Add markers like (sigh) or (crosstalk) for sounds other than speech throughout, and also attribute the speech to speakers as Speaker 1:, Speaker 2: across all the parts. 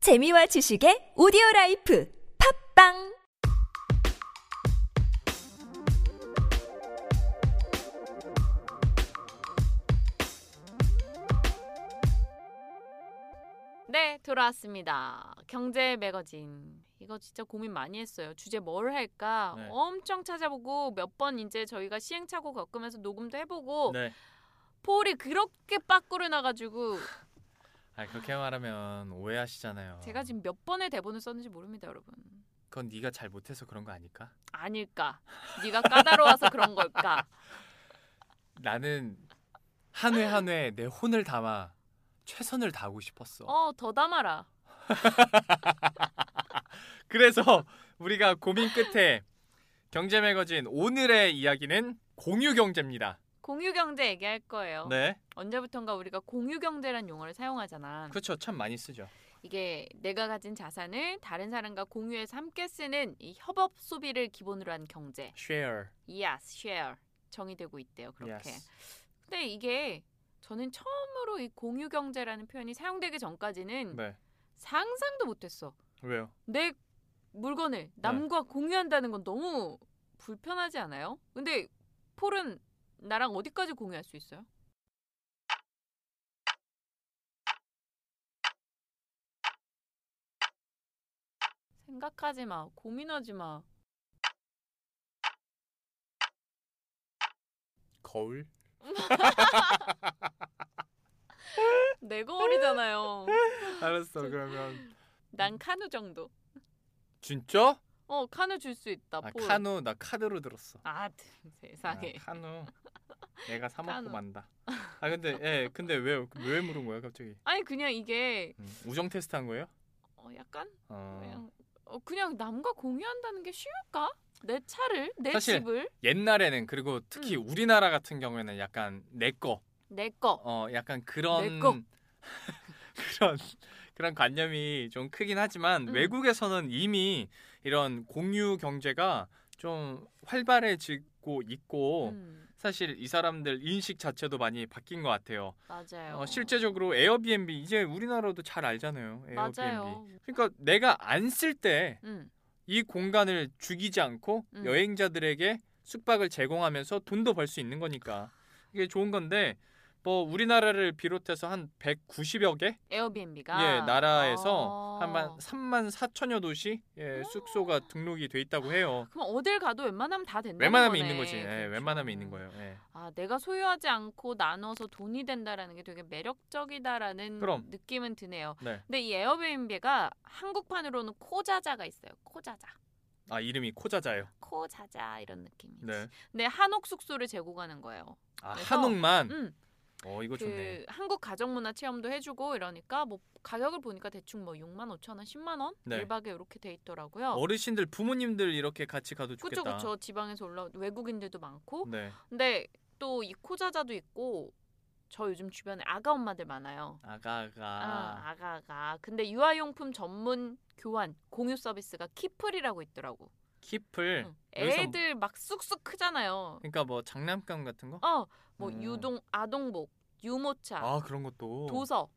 Speaker 1: 재미와 지식의 오디오 라이프 팝빵
Speaker 2: 네, 돌아왔습니다. 경제 매거진. 이거 진짜 고민 많이 했어요. 주제 뭘 할까?
Speaker 3: 네.
Speaker 2: 엄청 찾아보고 몇 번 이제 저희가 시행착오 겪으면서 녹음도 해보고
Speaker 3: 네.
Speaker 2: 폴이 그렇게 빠꾸를 나가지고
Speaker 3: 아 그렇게 말하면 오해하시잖아요.
Speaker 2: 제가 지금 몇 번의 대본을 썼는지 모릅니다, 여러분.
Speaker 3: 그건 네가 잘 못해서 그런 거 아닐까?
Speaker 2: 아닐까? 네가 까다로워서 그런
Speaker 3: (laughs)
Speaker 2: 걸까?
Speaker 3: 나는 한 회 한 회 내 혼을 담아 최선을 다하고 싶었어.
Speaker 2: 어, 더 담아라.
Speaker 3: 그래서 우리가 고민 끝에 경제 매거진 오늘의 이야기는 공유 경제입니다.
Speaker 2: 공유 경제 얘기할 거예요.
Speaker 3: 네.
Speaker 2: 언제부턴가 우리가 공유 경제란 용어를 사용하잖아.
Speaker 3: 그렇죠. 참 많이 쓰죠.
Speaker 2: 이게 내가 가진 자산을 다른 사람과 공유해서 함께 쓰는 이 협업 소비를 기본으로 한 경제.
Speaker 3: share.
Speaker 2: Yes, share 정의되고 있대요. 그렇게.
Speaker 3: Yes.
Speaker 2: 근데 이게 저는 처음으로 이 공유 경제라는 표현이 사용되기 전까지는
Speaker 3: 네.
Speaker 2: 상상도 못했어.
Speaker 3: 왜요?
Speaker 2: 내
Speaker 3: 네.
Speaker 2: 물건을 남과 공유한다는 건 너무 불편하지 않아요? 근데 폴은 나랑 어디까지 공유할 수 있어요? 생각하지 마. 고민하지 마. (laughs)
Speaker 3: 거울?
Speaker 2: 내 거울이잖아요.
Speaker 3: 알았어. 그러면
Speaker 2: 난 카누 정도.
Speaker 3: 진짜?
Speaker 2: 어, 카누 줄 수 있다.
Speaker 3: 아,
Speaker 2: 볼.
Speaker 3: 카누 나 카드로 들었어.
Speaker 2: 아, 드- 세상에.
Speaker 3: 아, 카누. 내가 사 먹고
Speaker 2: 카누.
Speaker 3: 만다. 아
Speaker 2: (laughs)
Speaker 3: 근데 예 근데 왜왜 왜 물은 거야 갑자기?
Speaker 2: 아니 그냥 이게
Speaker 3: 음, 우정 테스트 한 거예요?
Speaker 2: 어, 약간
Speaker 3: 어.
Speaker 2: 그냥 어, 그냥 남과 공유한다는 게 쉬울까? 내 차를, 내
Speaker 3: 사실-
Speaker 2: 집을,
Speaker 3: 옛날에는 그리고 특히
Speaker 2: 음.
Speaker 3: 우리나라 같은 경우에는 약간 내꺼
Speaker 2: 내 거.
Speaker 3: 어 약간 그런
Speaker 2: 내 거.
Speaker 3: (laughs) 그런 그런 관념이 좀 크긴 하지만
Speaker 2: 음.
Speaker 3: 외국에서는 이미 이런 공유 경제가 좀 활발해지고 있고
Speaker 2: 음,
Speaker 3: 사실 이 사람들 인식 자체도 많이 바뀐 것 같아요.
Speaker 2: 맞아요.
Speaker 3: 어, 실제적으로 에어비앤비 이제 우리나라도 잘 알잖아요. 에어비앤비.
Speaker 2: 맞아요.
Speaker 3: 그러니까 내가 안 쓸 때
Speaker 2: 음,
Speaker 3: 이 공간을 죽이지 않고
Speaker 2: 음.
Speaker 3: 여행자들에게 숙박을 제공하면서 돈도 벌 수 있는 거니까 이게 좋은 건데 뭐 우리나라를 비롯해서 한 190여 개
Speaker 2: 에어비앤비가
Speaker 3: 예, 나라에서
Speaker 2: 어. 음.
Speaker 3: 한 3만 4천여 도시 예, 숙소가 등록이 돼
Speaker 2: 아,
Speaker 3: 있다고 해요.
Speaker 2: 그럼 어딜 가도 웬만하면 다 된다.
Speaker 3: 웬만하면 있는 거지.
Speaker 2: 그렇죠.
Speaker 3: 예, 웬만하면 있는 거예요. 예.
Speaker 2: 아, 내가 소유하지 않고 나눠서 돈이 된다라는 게 되게 매력적이다라는
Speaker 3: 그럼.
Speaker 2: 느낌은 드네요.
Speaker 3: 네.
Speaker 2: 근데 이 에어비앤비가 한국판으로는 코자자가 있어요. 코자자.
Speaker 3: 아 이름이 코자자예요.
Speaker 2: 코자자 이런 느낌이지.
Speaker 3: 네.
Speaker 2: 네, 한옥 숙소를 제공하는 거예요.
Speaker 3: 아
Speaker 2: 그래서-
Speaker 3: 한옥만.
Speaker 2: 음,
Speaker 3: 어 이거 좋네.
Speaker 2: 그 한국 가정문화 체험도 해주고 이러니까 뭐 가격을 보니까 대충 뭐 6만 5천 원, 10만 원
Speaker 3: 네.
Speaker 2: 일박에 이렇게 돼 있더라고요.
Speaker 3: 어르신들 부모님들 이렇게 같이 가도
Speaker 2: 그쵸
Speaker 3: 좋겠다.
Speaker 2: 그쵸 지방에서 올라온 외국인들도 많고
Speaker 3: 네.
Speaker 2: 근데 또 이 코자자도 있고 저 요즘 주변에 아가 엄마들 많아요.
Speaker 3: 아가가
Speaker 2: 아, 아가 아가. 근데 유아용품 전문 교환 공유 서비스가 키플이라고 있더라고.
Speaker 3: 키플.
Speaker 2: 응.
Speaker 3: 네, 여기서
Speaker 2: 애들 막 쑥쑥 크잖아요.
Speaker 3: 그러니까 뭐 장난감 같은 거?
Speaker 2: 어, 뭐
Speaker 3: 음.
Speaker 2: 유동 아동복, 유모차,
Speaker 3: 아 그런 것도.
Speaker 2: 도서.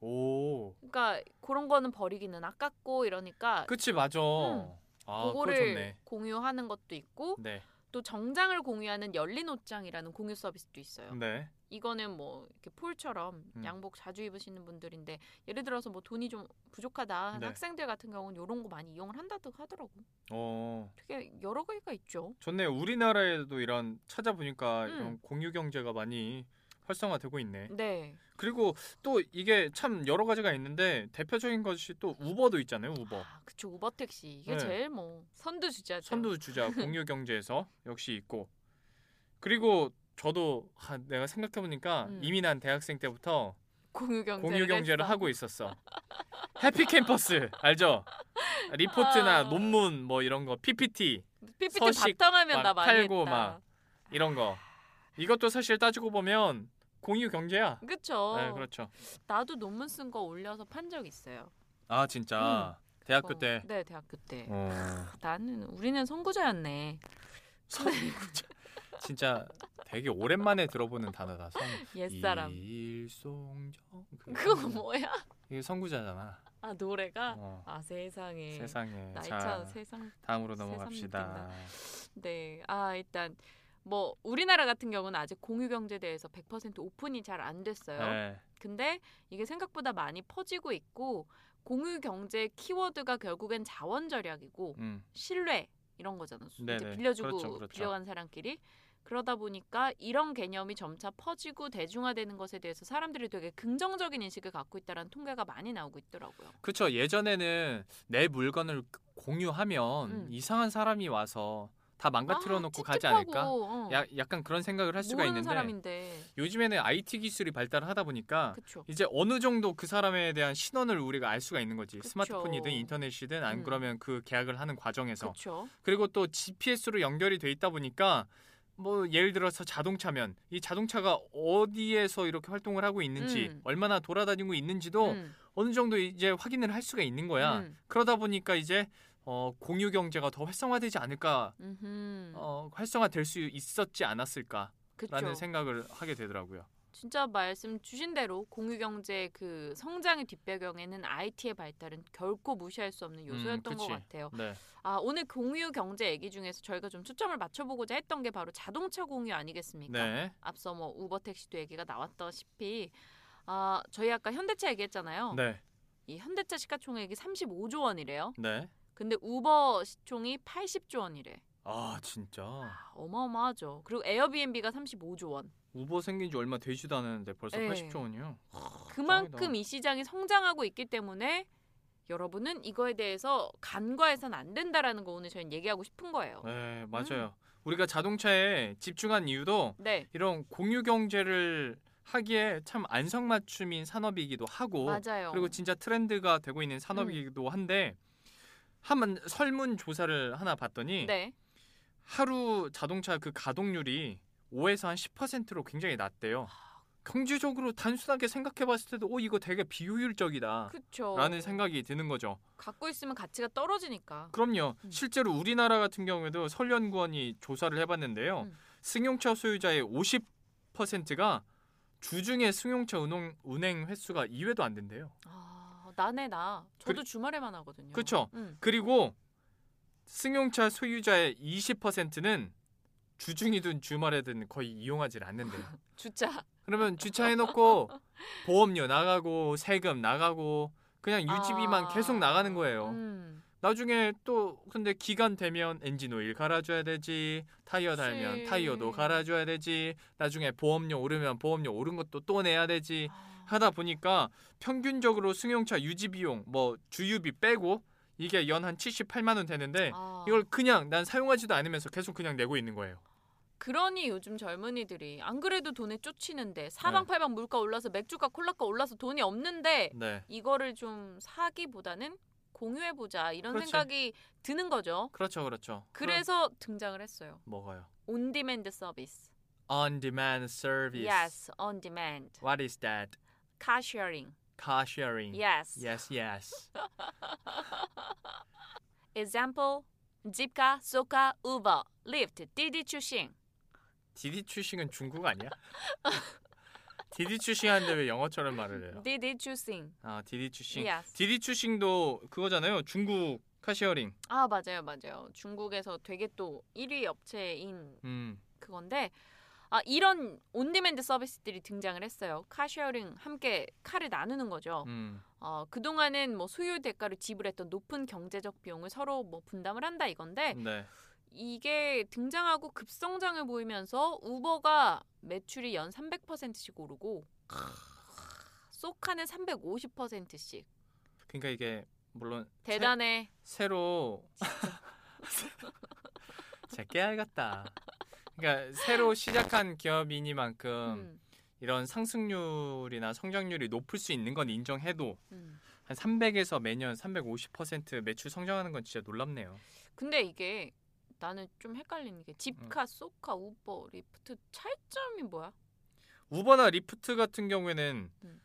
Speaker 3: 오.
Speaker 2: 그러니까 그런 거는 버리기는 아깝고 이러니까
Speaker 3: 그치 맞아.
Speaker 2: 음.
Speaker 3: 아 그거
Speaker 2: 그거를
Speaker 3: 좋네.
Speaker 2: 공유하는 것도 있고
Speaker 3: 네.
Speaker 2: 또 정장을 공유하는 열린 옷장이라는 공유 서비스도 있어요.
Speaker 3: 네.
Speaker 2: 이거는 뭐 이렇게 폴처럼
Speaker 3: 음.
Speaker 2: 양복 자주 입으시는 분들인데 예를 들어서 뭐 돈이 좀 부족하다
Speaker 3: 네.
Speaker 2: 학생들 같은 경우는 이런 거 많이 이용을 한다고 하더라고.
Speaker 3: 어.
Speaker 2: 되게 여러 가지가 있죠.
Speaker 3: 좋네요. 우리나라에도 이런 찾아보니까
Speaker 2: 음.
Speaker 3: 이런 공유 경제가 많이 활성화되고 있네.
Speaker 2: 네.
Speaker 3: 그리고 또 이게 참 여러 가지가 있는데 대표적인 것이 또 우버도 있잖아요. 우버.
Speaker 2: 아, 그쵸 우버 택시 이게
Speaker 3: 어. 네.
Speaker 2: 제일 뭐 선두주자죠. (laughs)
Speaker 3: 선두주자 공유 경제에서 역시 있고. 그리고 저도 아, 내가 생각해 보니까
Speaker 2: 음.
Speaker 3: 이미 난 대학생 때부터
Speaker 2: 공유 경제를
Speaker 3: 공유 경제를
Speaker 2: 했어.
Speaker 3: 하고 있었어. 해피 캠퍼스 알죠? 리포트나
Speaker 2: 아.
Speaker 3: 논문 뭐 이런 거 PPT
Speaker 2: PPT
Speaker 3: 서식
Speaker 2: 바탕화면 나
Speaker 3: 막
Speaker 2: 많이
Speaker 3: 팔고
Speaker 2: 했다.
Speaker 3: 막 이런 거 이것도 사실 따지고 보면 공유 경제야.
Speaker 2: 그쵸.
Speaker 3: 네 그렇죠.
Speaker 2: 나도 논문 쓴 거 올려서 판 적 있어요.
Speaker 3: 아 진짜 대학교
Speaker 2: 어,
Speaker 3: 때.
Speaker 2: 네, 대학교 때.
Speaker 3: 어.
Speaker 2: 나는 우리는 선구자였네.
Speaker 3: 선구자. (laughs) 진짜 되게 오랜만에 들어보는 단어다. 선...
Speaker 2: 옛사람.
Speaker 3: 일송정.
Speaker 2: 그거 뭐야?
Speaker 3: 이게 선구자잖아.
Speaker 2: 아 노래가
Speaker 3: 음. 어,
Speaker 2: 아 세상에
Speaker 3: 세상에.
Speaker 2: 나이차
Speaker 3: 자,
Speaker 2: 세상
Speaker 3: 다음으로
Speaker 2: 새삼
Speaker 3: 넘어갑시다.
Speaker 2: 네. 아, 일단 뭐 우리나라 같은 경우는 아직 공유 경제에 대해서 100% 오픈이 잘 안 됐어요.
Speaker 3: 네.
Speaker 2: 근데 이게 생각보다 많이 퍼지고 있고 공유 경제 키워드가 결국엔 자원 절약이고
Speaker 3: 음.
Speaker 2: 신뢰 이런 거잖아. 이제
Speaker 3: 네네.
Speaker 2: 빌려주고
Speaker 3: 그렇죠, 그렇죠.
Speaker 2: 빌려간 사람끼리 그러다 보니까 이런 개념이 점차 퍼지고 대중화되는 것에 대해서 사람들이 되게 긍정적인 인식을 갖고 있다라는 통계가 많이 나오고 있더라고요.
Speaker 3: 그렇죠. 예전에는 내 물건을 공유하면
Speaker 2: 음.
Speaker 3: 이상한 사람이 와서 다 망가뜨려 놓고
Speaker 2: 아,
Speaker 3: 가지
Speaker 2: 찝찝하고,
Speaker 3: 않을까?
Speaker 2: 어,
Speaker 3: 야, 약간 그런 생각을 할 수가
Speaker 2: 모르는
Speaker 3: 있는데
Speaker 2: 사람인데
Speaker 3: 요즘에는 IT 기술이 발달하다 보니까
Speaker 2: 그렇죠.
Speaker 3: 이제 어느 정도 그 사람에 대한 신원을 우리가 알 수가 있는 거지.
Speaker 2: 그쵸.
Speaker 3: 스마트폰이든 인터넷이든 안
Speaker 2: 음.
Speaker 3: 그러면 그 계약을 하는 과정에서
Speaker 2: 그렇죠.
Speaker 3: 그리고 또 GPS로 연결이 돼 있다 보니까 뭐 예를 들어서 자동차면 이 자동차가 어디에서 이렇게 활동을 하고 있는지
Speaker 2: 음.
Speaker 3: 얼마나 돌아다니고 있는지도
Speaker 2: 음,
Speaker 3: 어느 정도 이제 확인을 할 수가 있는 거야.
Speaker 2: 음,
Speaker 3: 그러다 보니까 이제 어, 공유 경제가 더 활성화되지 않을까,
Speaker 2: 음흠.
Speaker 3: 어, 활성화될 수 있었지 않았을까라는
Speaker 2: 그렇죠.
Speaker 3: 생각을 하게 되더라고요.
Speaker 2: 진짜 말씀 주신 대로 공유 경제 그 성장의 뒷배경에는 IT의 발달은 결코 무시할 수 없는 요소였던 것
Speaker 3: 음, 그치.
Speaker 2: 같아요.
Speaker 3: 네,
Speaker 2: 아 오늘 공유 경제 얘기 중에서 저희가 좀 초점을 맞춰보고자 했던 게 바로 자동차 공유 아니겠습니까?
Speaker 3: 네,
Speaker 2: 앞서 뭐 우버 택시도 얘기가 나왔다시피 아 저희 아까 현대차 얘기했잖아요.
Speaker 3: 네,
Speaker 2: 이 현대차 시가총액이 35조 원이래요.
Speaker 3: 네.
Speaker 2: 근데 우버 시총이 80조 원이래.
Speaker 3: 아 진짜
Speaker 2: 아, 어마어마하죠. 그리고 에어비앤비가 35조 원.
Speaker 3: 우버 생긴 지 얼마 되지도 않았는데 벌써
Speaker 2: 네.
Speaker 3: 80조 원이요.
Speaker 2: 그만큼
Speaker 3: 아, 짱이다.
Speaker 2: 이 시장이 성장하고 있기 때문에 여러분은 이거에 대해서 간과해서는 안 된다라는 거 오늘 저희는 얘기하고 싶은 거예요. 음.
Speaker 3: 네, 맞아요. 우리가 자동차에 집중한 이유도
Speaker 2: 네,
Speaker 3: 이런 공유 경제를 하기에 참 안성맞춤인 산업이기도 하고
Speaker 2: 맞아요. 음.
Speaker 3: 그리고 진짜 트렌드가 되고 있는 산업이기도 한데 한 설문 조사를 하나 봤더니
Speaker 2: 네,
Speaker 3: 하루 자동차 그 가동률이 5에서 한 10%로 굉장히 낮대요.
Speaker 2: 아.
Speaker 3: 경제적으로 단순하게 생각해봤을 때도 오 이거 되게 아, 비효율적이다라는
Speaker 2: 그렇죠.
Speaker 3: 생각이 드는 거죠.
Speaker 2: 갖고 있으면 가치가 떨어지니까.
Speaker 3: 그럼요.
Speaker 2: 음.
Speaker 3: 실제로 우리나라 같은 경우에도 설연구원이 조사를 해봤는데요.
Speaker 2: 음.
Speaker 3: 승용차 소유자의 50%가 주중에 승용차 운행, 운행 횟수가 2회도 안 된대요.
Speaker 2: 아, 나네 나. 저도 주말에만 하거든요.
Speaker 3: 그쵸.
Speaker 2: 음.
Speaker 3: 그리고 승용차 소유자의 20%는 주중이든 주말에든 거의 이용하지 않는데요.
Speaker 2: 주차. (laughs)
Speaker 3: 그러면 주차해놓고 보험료 나가고 세금 나가고 그냥 유지비만
Speaker 2: 아,
Speaker 3: 계속 나가는 거예요.
Speaker 2: 음,
Speaker 3: 나중에 또 근데 기간 되면 엔진 오일 갈아줘야 되지 타이어 달면
Speaker 2: 그치.
Speaker 3: 타이어도 갈아줘야 되지 나중에 보험료 오르면 보험료 오른 것도 또 내야 되지
Speaker 2: 아,
Speaker 3: 하다 보니까 평균적으로 승용차 유지 비용 뭐 주유비 빼고 이게 연 한 78만 원 되는데
Speaker 2: 아.
Speaker 3: 네. 이걸 그냥 난 사용하지도 않으면서 계속 그냥 내고 있는 거예요.
Speaker 2: 그러니 요즘 젊은이들이 안 그래도 돈에 쫓이는데 사방팔방 물가 올라서 맥주가 콜라가 올라서 돈이 없는데
Speaker 3: 네.
Speaker 2: 이거를 좀 사기보다는 공유해 보자 이런
Speaker 3: 그렇지.
Speaker 2: 생각이 드는 거죠.
Speaker 3: 그렇죠. 그렇죠.
Speaker 2: 그래서 등장을 했어요.
Speaker 3: 그럼 먹어요.
Speaker 2: 온디맨드 서비스.
Speaker 3: On demand service.
Speaker 2: Yes, on demand.
Speaker 3: What 예. is that?
Speaker 2: car sharing.
Speaker 3: Car sharing.
Speaker 2: Yes.
Speaker 3: Yes, yes.
Speaker 2: Example. 집카, 소카, 우버, 리프트, 디디 추싱.
Speaker 3: 디디 추싱은 중국 아니야? 디디 추싱하는데 왜 영어처럼 말을 해요?
Speaker 2: 디디 추싱.
Speaker 3: 아 디디 추싱.
Speaker 2: Yes.
Speaker 3: 디디 추싱도 그거잖아요. 중국 카시어링.
Speaker 2: 아, 맞아요. 맞아요. 중국에서 되게 또 1위 업체인
Speaker 3: 음.
Speaker 2: 그건데 아, 이런 온디맨드 서비스들이 등장을 했어요. 카쉐어링 함께 카를 나누는 거죠.
Speaker 3: 음.
Speaker 2: 어, 그동안은 뭐 소유 대가로 지불했던 높은 경제적 비용을 서로 뭐 분담을 한다 이건데
Speaker 3: 네.
Speaker 2: 이게 등장하고 급성장을 보이면서 우버가 매출이 연 300%씩 오르고 소카는 350%씩
Speaker 3: 그러니까 이게 물론
Speaker 2: 대단해.
Speaker 3: 새, 로 제 깨알 같다. 그러니까 새로 시작한 기업이니만큼
Speaker 2: 음,
Speaker 3: 이런 상승률이나 성장률이 높을 수 있는 건 인정해도
Speaker 2: 음.
Speaker 3: 한 300에서 매년 350% 매출 성장하는 건 진짜 놀랍네요.
Speaker 2: 근데 이게 나는 좀 헷갈리는 게
Speaker 3: 음.
Speaker 2: 집카, 소카, 우버, 리프트 차이점이 뭐야?
Speaker 3: 우버나 리프트 같은 경우에는
Speaker 2: 음.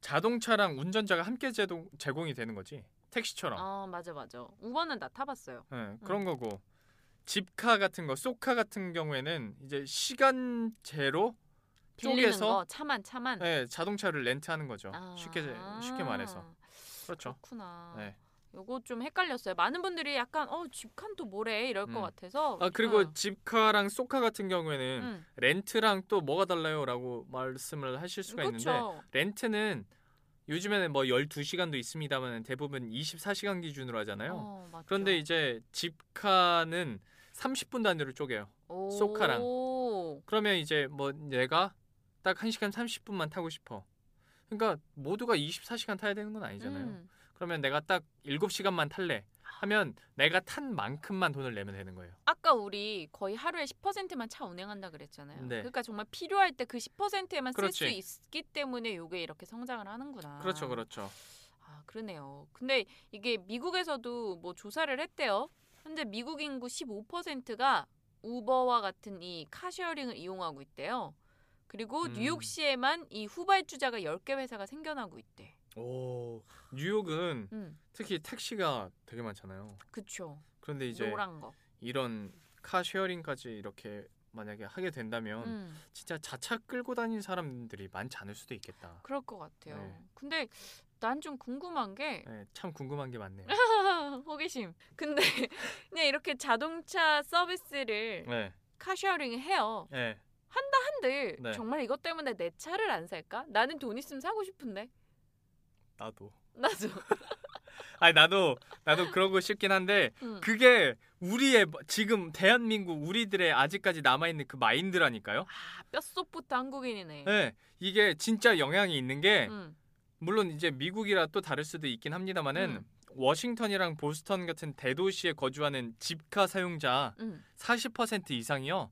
Speaker 3: 자동차랑 운전자가 함께 제동, 제공이 되는 거지 택시처럼
Speaker 2: 아 음. 맞아 맞아. 우버는 나 타봤어요.
Speaker 3: 예, 그런 거고 집카 같은 거 쏘카 같은 경우에는 이제 시간제로
Speaker 2: 빌리는
Speaker 3: 쪼개서? 네.
Speaker 2: 거 차만 차만.
Speaker 3: 예, 자동차를 렌트하는 거죠
Speaker 2: 아.
Speaker 3: 쉽게 쉽게 말해서 그렇죠.
Speaker 2: 그렇구나.
Speaker 3: 네.
Speaker 2: 요거 좀 헷갈렸어요. 많은 분들이 약간 어 집칸 또 뭐래 이럴 것
Speaker 3: 음.
Speaker 2: 같아서. 어. 음.
Speaker 3: 아 그리고 음.
Speaker 2: 응.
Speaker 3: 집카랑 소카 같은 경우에는
Speaker 2: 응.
Speaker 3: 렌트랑 또 뭐가 달라요라고 말씀을 하실 수가 있는데
Speaker 2: 그렇죠.
Speaker 3: 렌트는 요즘에는 뭐 12시간도 있습니다만 대부분 24시간 기준으로 하잖아요.
Speaker 2: 어, 맞죠.
Speaker 3: 그런데 이제 집카는 30분 단위로 쪼개요.
Speaker 2: 오.
Speaker 3: 소카랑. 그러면 이제 뭐 내가 딱 1시간 30분만 타고 싶어. 그러니까 모두가 24시간 타야 되는 건 아니잖아요.
Speaker 2: 음.
Speaker 3: 그러면 내가 딱 7시간만 탈래 하면 내가 탄 만큼만 돈을 내면 되는 거예요.
Speaker 2: 아까 우리 거의 하루에 10%만 차 운행한다 그랬잖아요.
Speaker 3: 네.
Speaker 2: 그러니까 정말 필요할 때 그 10%에만 쓸 수
Speaker 3: 그렇지.
Speaker 2: 있기 때문에 요게 이렇게 성장을 하는구나.
Speaker 3: 그렇죠. 그렇죠.
Speaker 2: 아, 그러네요. 근데 이게 미국에서도 뭐 조사를 했대요. 현재 미국 인구 15%가 우버와 같은 이 카쉐어링을 이용하고 있대요. 그리고
Speaker 3: 음.
Speaker 2: 뉴욕시에만 이 후발주자가 10개 회사가 생겨나고 있대.
Speaker 3: 오. 뉴욕은
Speaker 2: 음.
Speaker 3: 특히 택시가 되게 많잖아요.
Speaker 2: 그쵸.
Speaker 3: 그런데 이제
Speaker 2: 노란 거.
Speaker 3: 이런 카쉐어링까지 이렇게 만약에 하게 된다면
Speaker 2: 음.
Speaker 3: 진짜 자차 끌고 다니는 사람들이 많지 않을 수도 있겠다.
Speaker 2: 그럴 것 같아요.
Speaker 3: 네.
Speaker 2: 근데 난 좀 궁금한 게 (laughs)
Speaker 3: 네, 참 궁금한 게 많네요.
Speaker 2: 호기심. 근데 (laughs) 그냥 이렇게 자동차 서비스를
Speaker 3: (laughs) 네,
Speaker 2: 카쉐어링 해요.
Speaker 3: 네.
Speaker 2: 사람들
Speaker 3: 네.
Speaker 2: 정말 이것 때문에 내 차를 안 살까? 나는 돈 있으면 사고 싶은데 (laughs)
Speaker 3: 나도.
Speaker 2: 나도.
Speaker 3: 아니 나도 나도 그러고 싶긴 한데
Speaker 2: 음.
Speaker 3: 그게 우리의 뭐, 지금 대한민국 우리들의 아직까지 남아 있는 그 마인드라니까요.
Speaker 2: 아 뼛속부터 한국인이네.
Speaker 3: 네, 이게 진짜 영향이 있는 게
Speaker 2: 음.
Speaker 3: 물론 이제 미국이라 또 다를 수도 있긴 합니다만은
Speaker 2: 음.
Speaker 3: 워싱턴이랑 보스턴 같은 대도시에 거주하는 집카 사용자
Speaker 2: 음.
Speaker 3: 40% 이상이요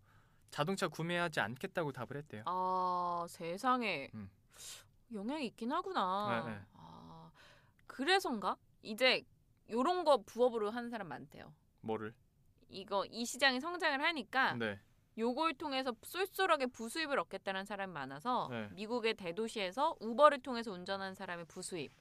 Speaker 3: 자동차 구매하지 않겠다고 답을 했대요.
Speaker 2: 아 세상에
Speaker 3: 음.
Speaker 2: 영향이 있긴 하구나.
Speaker 3: 네, 네.
Speaker 2: 아 그래서인가? 이제 요런 거 부업으로 하는 사람 많대요.
Speaker 3: 뭐를?
Speaker 2: 이거 이 시장이 성장을 하니까
Speaker 3: 네.
Speaker 2: 요걸 통해서 쏠쏠하게 부수입을 얻겠다는 사람이 많아서
Speaker 3: 네.
Speaker 2: 미국의 대도시에서 우버를 통해서 운전하는 사람의 부수입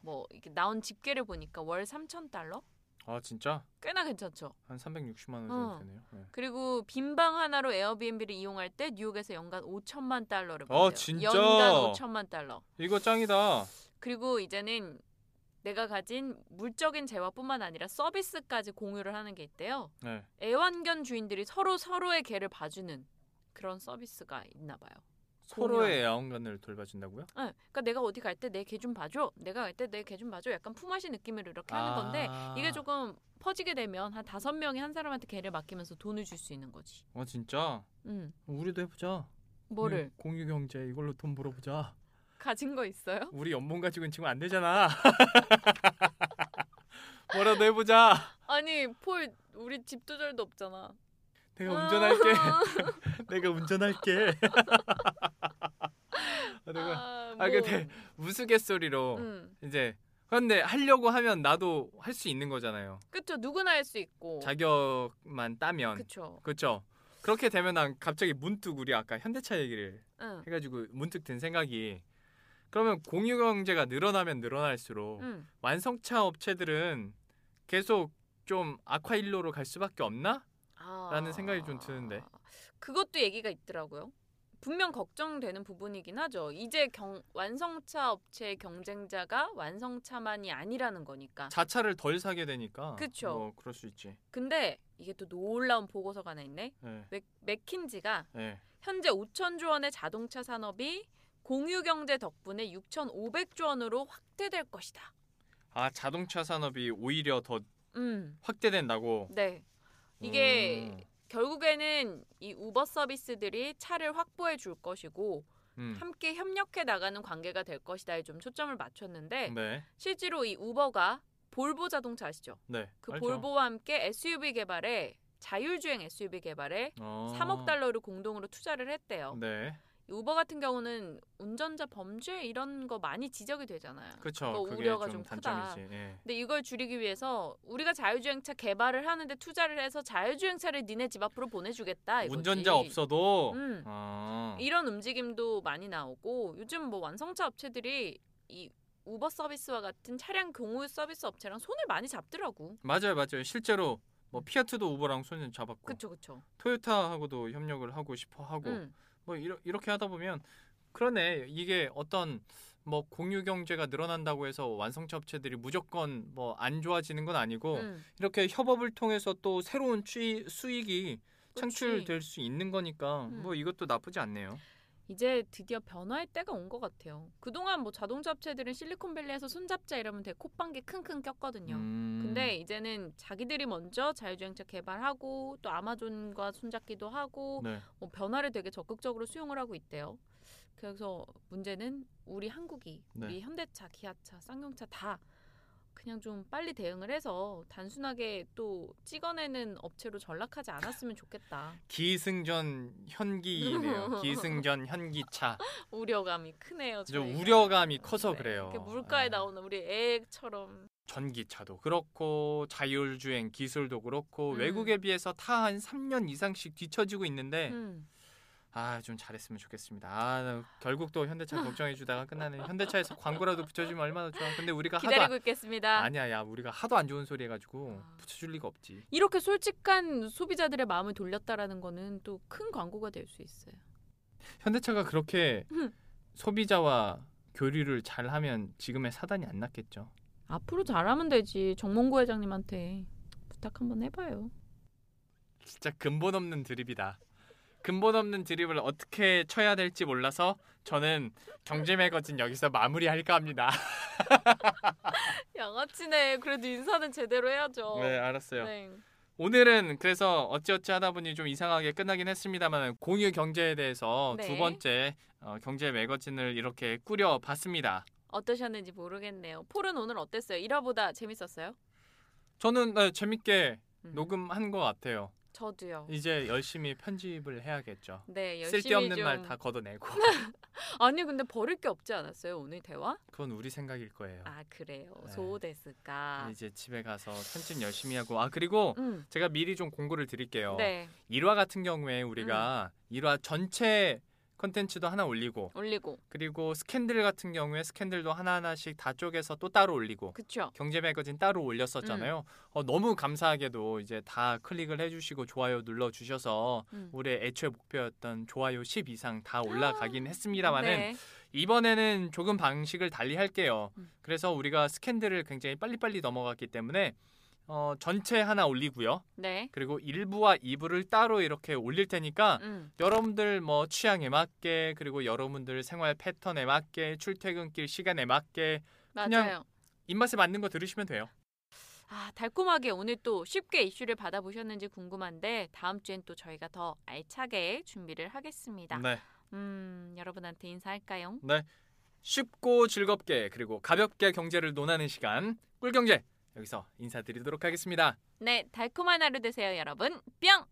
Speaker 2: 뭐 이렇게 나온 집계를 보니까 월 3천 달러
Speaker 3: 아 진짜
Speaker 2: 꽤나 괜찮죠.
Speaker 3: 한 360만 원
Speaker 2: 어.
Speaker 3: 정도 되네요. 네.
Speaker 2: 그리고 빈방 하나로 에어비앤비를 이용할 때 뉴욕에서 연간 5천만 달러를
Speaker 3: 어,
Speaker 2: 번대요.
Speaker 3: 진짜?
Speaker 2: 연간 5천만 달러.
Speaker 3: 이거 짱이다.
Speaker 2: 그리고 이제는 내가 가진 물적인 재화뿐만 아니라 서비스까지 공유를 하는 게 있대요.
Speaker 3: 네.
Speaker 2: 애완견 주인들이 서로 서로의 개를 봐주는 그런 서비스가 있나 봐요.
Speaker 3: 서로의 애완견을 돌봐준다고요?
Speaker 2: 응, 그러니까 내가 어디 갈 때 내 개 좀 봐줘. 내가 갈 때 내 개 좀 봐줘. 약간 품앗이 느낌으로 이렇게 하는 건데
Speaker 3: 아.
Speaker 2: 이게 조금 퍼지게 되면 한 다섯 명이 한 사람한테 개를 맡기면서 돈을 줄 수 있는 거지.
Speaker 3: 어 진짜
Speaker 2: 음,
Speaker 3: 우리도 해보자.
Speaker 2: 뭐를
Speaker 3: 공유, 공유 경제 이걸로 돈 벌어보자.
Speaker 2: 음. 가진 거 있어요?
Speaker 3: 우리 연봉 가지고는 지금 안 되잖아. (laughs) 뭐라도 해보자.
Speaker 2: (laughs) 아니 폴 우리 집 조절도 없잖아.
Speaker 3: 내가 운전할게.
Speaker 2: 아.
Speaker 3: (laughs) 내가 운전할게.
Speaker 2: (laughs)
Speaker 3: 아, 내가
Speaker 2: 아,
Speaker 3: 아, 근데 어. 우스갯소리로
Speaker 2: 음,
Speaker 3: 이제 그런데 하려고 하면 나도 할 수 있는 거잖아요.
Speaker 2: 그쵸 누구나 할 수 있고.
Speaker 3: 자격만 따면
Speaker 2: 어. 그쵸.
Speaker 3: 그렇죠. 그렇게 되면 난 갑자기 문득 우리 아까 현대차 얘기를
Speaker 2: 응.
Speaker 3: 해가지고 문득 든 생각이 그러면 공유 경제가 늘어나면 늘어날수록
Speaker 2: 응.
Speaker 3: 완성차 업체들은 계속 좀 악화일로로 갈 수밖에 없나?
Speaker 2: 아.
Speaker 3: 라는 생각이 좀 드는데.
Speaker 2: 그것도 얘기가 있더라고요. 분명 걱정되는 부분이긴 하죠. 이제 경, 완성차 업체 경쟁자가 완성차만이 아니라는 거니까.
Speaker 3: 자차를 덜 사게 되니까
Speaker 2: 그쵸.
Speaker 3: 뭐 그럴 수 있지.
Speaker 2: 근데 이게 또 놀라운 보고서가 하나 있네.
Speaker 3: 예.
Speaker 2: 맥, 맥킨지가
Speaker 3: 예.
Speaker 2: 현재 5천조 원의 자동차 산업이 공유 경제 덕분에 6,500조 원으로 확대될 것이다.
Speaker 3: 아 자동차 산업이 오히려 더
Speaker 2: 음,
Speaker 3: 확대된다고.
Speaker 2: 네. 이게
Speaker 3: 음,
Speaker 2: 결국에는 이 우버 서비스들이 차를 확보해 줄 것이고
Speaker 3: 음.
Speaker 2: 함께 협력해 나가는 관계가 될 것이다에 좀 초점을 맞췄는데
Speaker 3: 네.
Speaker 2: 실제로 이 우버가 볼보 자동차 아시죠?
Speaker 3: 네.
Speaker 2: 그
Speaker 3: 알죠.
Speaker 2: 볼보와 함께 SUV 개발에 자율주행 SUV 개발에
Speaker 3: 어.
Speaker 2: 3억 달러를 공동으로 투자를 했대요.
Speaker 3: 네.
Speaker 2: 이 우버 같은 경우는 운전자 범죄 이런 거 많이 지적이 되잖아요. 그거
Speaker 3: 그렇죠. 그게
Speaker 2: 우려가
Speaker 3: 좀
Speaker 2: 좀 크다.
Speaker 3: 단점이지. 예.
Speaker 2: 근데 이걸 줄이기 위해서 우리가 자율주행차 개발을 하는데 투자를 해서 자율주행차를 니네 집 앞으로 보내주겠다 아, 이거지.
Speaker 3: 운전자 없어도.
Speaker 2: 음.
Speaker 3: 아.
Speaker 2: 이런 움직임도 많이 나오고 요즘 뭐 완성차 업체들이 이 우버 서비스와 같은 차량 공유 서비스 업체랑 손을 많이 잡더라고.
Speaker 3: 맞아요, 맞아요. 실제로 뭐 피아트도 우버랑 손을 잡았고
Speaker 2: 음. 그쵸 그쵸.
Speaker 3: 토요타하고도 협력을 하고 싶어 하고
Speaker 2: 음.
Speaker 3: 뭐 이러, 이렇게 하다 보면 그러네 이게 어떤 뭐 공유 경제가 늘어난다고 해서 완성차 업체들이 무조건 뭐 안 좋아지는 건 아니고
Speaker 2: 음,
Speaker 3: 이렇게 협업을 통해서 또 새로운 취, 수익이
Speaker 2: 그치.
Speaker 3: 창출될 수 있는 거니까
Speaker 2: 음.
Speaker 3: 뭐 이것도 나쁘지 않네요.
Speaker 2: 이제 드디어 변화의 때가 온 것 같아요. 그동안 뭐 자동차 업체들은 실리콘밸리에서 손잡자 이러면 되게 콧방귀 킁킁 꼈거든요.
Speaker 3: 음.
Speaker 2: 근데 이제는 자기들이 먼저 자율주행차 개발하고 또 아마존과 손잡기도 하고
Speaker 3: 네.
Speaker 2: 뭐 변화를 되게 적극적으로 수용을 하고 있대요. 그래서 문제는 우리 한국이
Speaker 3: 네.
Speaker 2: 우리 현대차, 기아차, 쌍용차 다 그냥 좀 빨리 대응을 해서 단순하게 또 찍어내는 업체로 전락하지 않았으면 좋겠다.
Speaker 3: 기승전
Speaker 2: (laughs)
Speaker 3: 현기이네요. 기승전 현기차.
Speaker 2: 우려감이 크네요.
Speaker 3: 좀
Speaker 2: 저희가.
Speaker 3: 우려감이 커서
Speaker 2: 네,
Speaker 3: 그래요.
Speaker 2: 이렇게 물가에
Speaker 3: 아.
Speaker 2: 나오는 우리 애처럼
Speaker 3: 전기차도 그렇고 자율주행 기술도 그렇고
Speaker 2: 음.
Speaker 3: 외국에 비해서 타 한 3년 이상씩 뒤처지고 있는데
Speaker 2: 음,
Speaker 3: 아 좀 잘했으면 좋겠습니다. 아 나 결국 또 현대차 걱정해 주다가 끝나네. 현대차에서 광고라도 붙여주면 얼마나 좋아. 근데 우리가 하도
Speaker 2: 기다리고
Speaker 3: 안-
Speaker 2: 있겠습니다.
Speaker 3: 아니야 야 우리가 하도 안 좋은 소리 해가지고
Speaker 2: 아.
Speaker 3: 붙여줄 리가 없지.
Speaker 2: 이렇게 솔직한 소비자들의 마음을 돌렸다라는 거는 또 큰 광고가 될 수 있어요.
Speaker 3: 현대차가 그렇게
Speaker 2: 음.
Speaker 3: 소비자와 교류를 잘하면 지금의 사단이 안 났겠죠.
Speaker 2: 앞으로 잘하면 되지. 정몽구 회장님한테 부탁 한번 해봐요.
Speaker 3: 진짜 근본 없는 드립이다. 근본 없는 드립을 어떻게 쳐야 될지 몰라서 저는 경제 매거진 여기서 마무리할까 합니다.
Speaker 2: 양아치네. 그래도 인사는 제대로 해야죠.
Speaker 3: 네, 알았어요.
Speaker 2: 네.
Speaker 3: 오늘은 그래서 어찌어찌 하다 보니 좀 이상하게 끝나긴 했습니다만 공유 경제에 대해서
Speaker 2: 네.
Speaker 3: 두 번째 어, 경제 매거진을 이렇게 꾸려 봤습니다.
Speaker 2: 어떠셨는지 모르겠네요. 폴은 오늘 어땠어요? 1화보다 재밌었어요?
Speaker 3: 저는 네, 재밌게
Speaker 2: 음.
Speaker 3: 녹음한 것 같아요.
Speaker 2: 저도요.
Speaker 3: 이제 열심히 편집을 해야겠죠.
Speaker 2: 네, 열심히
Speaker 3: 쓸데없는
Speaker 2: 좀...
Speaker 3: 말
Speaker 2: (laughs)
Speaker 3: 다 걷어내고
Speaker 2: 아니 근데 버릴 게 없지 않았어요 오늘 대화?
Speaker 3: 그건 우리 생각일 거예요.
Speaker 2: 아 그래요.
Speaker 3: 아. 네.
Speaker 2: 소데스까.
Speaker 3: 이제 집에 가서 편집 열심히 하고 아 그리고
Speaker 2: 음.
Speaker 3: 제가 미리 좀 공고를 드릴게요.
Speaker 2: 네. 음.
Speaker 3: 1화 같은 경우에 우리가 1화 전체 컨텐츠도 하나 올리고
Speaker 2: 올리고.
Speaker 3: 그리고 스캔들 같은 경우에 스캔들도 하나하나씩 다 쪼개서 또 따로 올리고
Speaker 2: 그쵸.
Speaker 3: 경제 매거진 따로 올렸었잖아요.
Speaker 2: 음.
Speaker 3: 어, 너무 감사하게도 이제 다 클릭을 해주시고 좋아요 눌러 주셔서
Speaker 2: 음.
Speaker 3: 올해 애초에 목표였던 좋아요 10 이상 다 올라가긴 했습니다만은
Speaker 2: 네.
Speaker 3: 이번에는 조금 방식을 달리 할게요.
Speaker 2: 음.
Speaker 3: 그래서 우리가 스캔들을 굉장히 빨리빨리 넘어갔기 때문에 어, 전체 하나 올리고요.
Speaker 2: 네.
Speaker 3: 그리고 1부와 2부를 따로 이렇게 올릴 테니까
Speaker 2: 음.
Speaker 3: 여러분들 뭐 취향에 맞게 그리고 여러분들 생활 패턴에 맞게 출퇴근길 시간에 맞게
Speaker 2: 맞아요.
Speaker 3: 그냥 입맛에 맞는 거 들으시면 돼요.
Speaker 2: 아, 달콤하게 오늘 또 쉽게 이슈를 받아보셨는지 궁금한데 다음 주엔 또 저희가 더 알차게 준비를 하겠습니다.
Speaker 3: 네.
Speaker 2: 음, 여러분한테 인사할까요?
Speaker 3: 쉽고 즐겁게 그리고 가볍게 경제를 논하는 시간 꿀경제 여기서 인사드리도록 하겠습니다.
Speaker 2: 네, 달콤한 하루 되세요, 여러분. 뿅!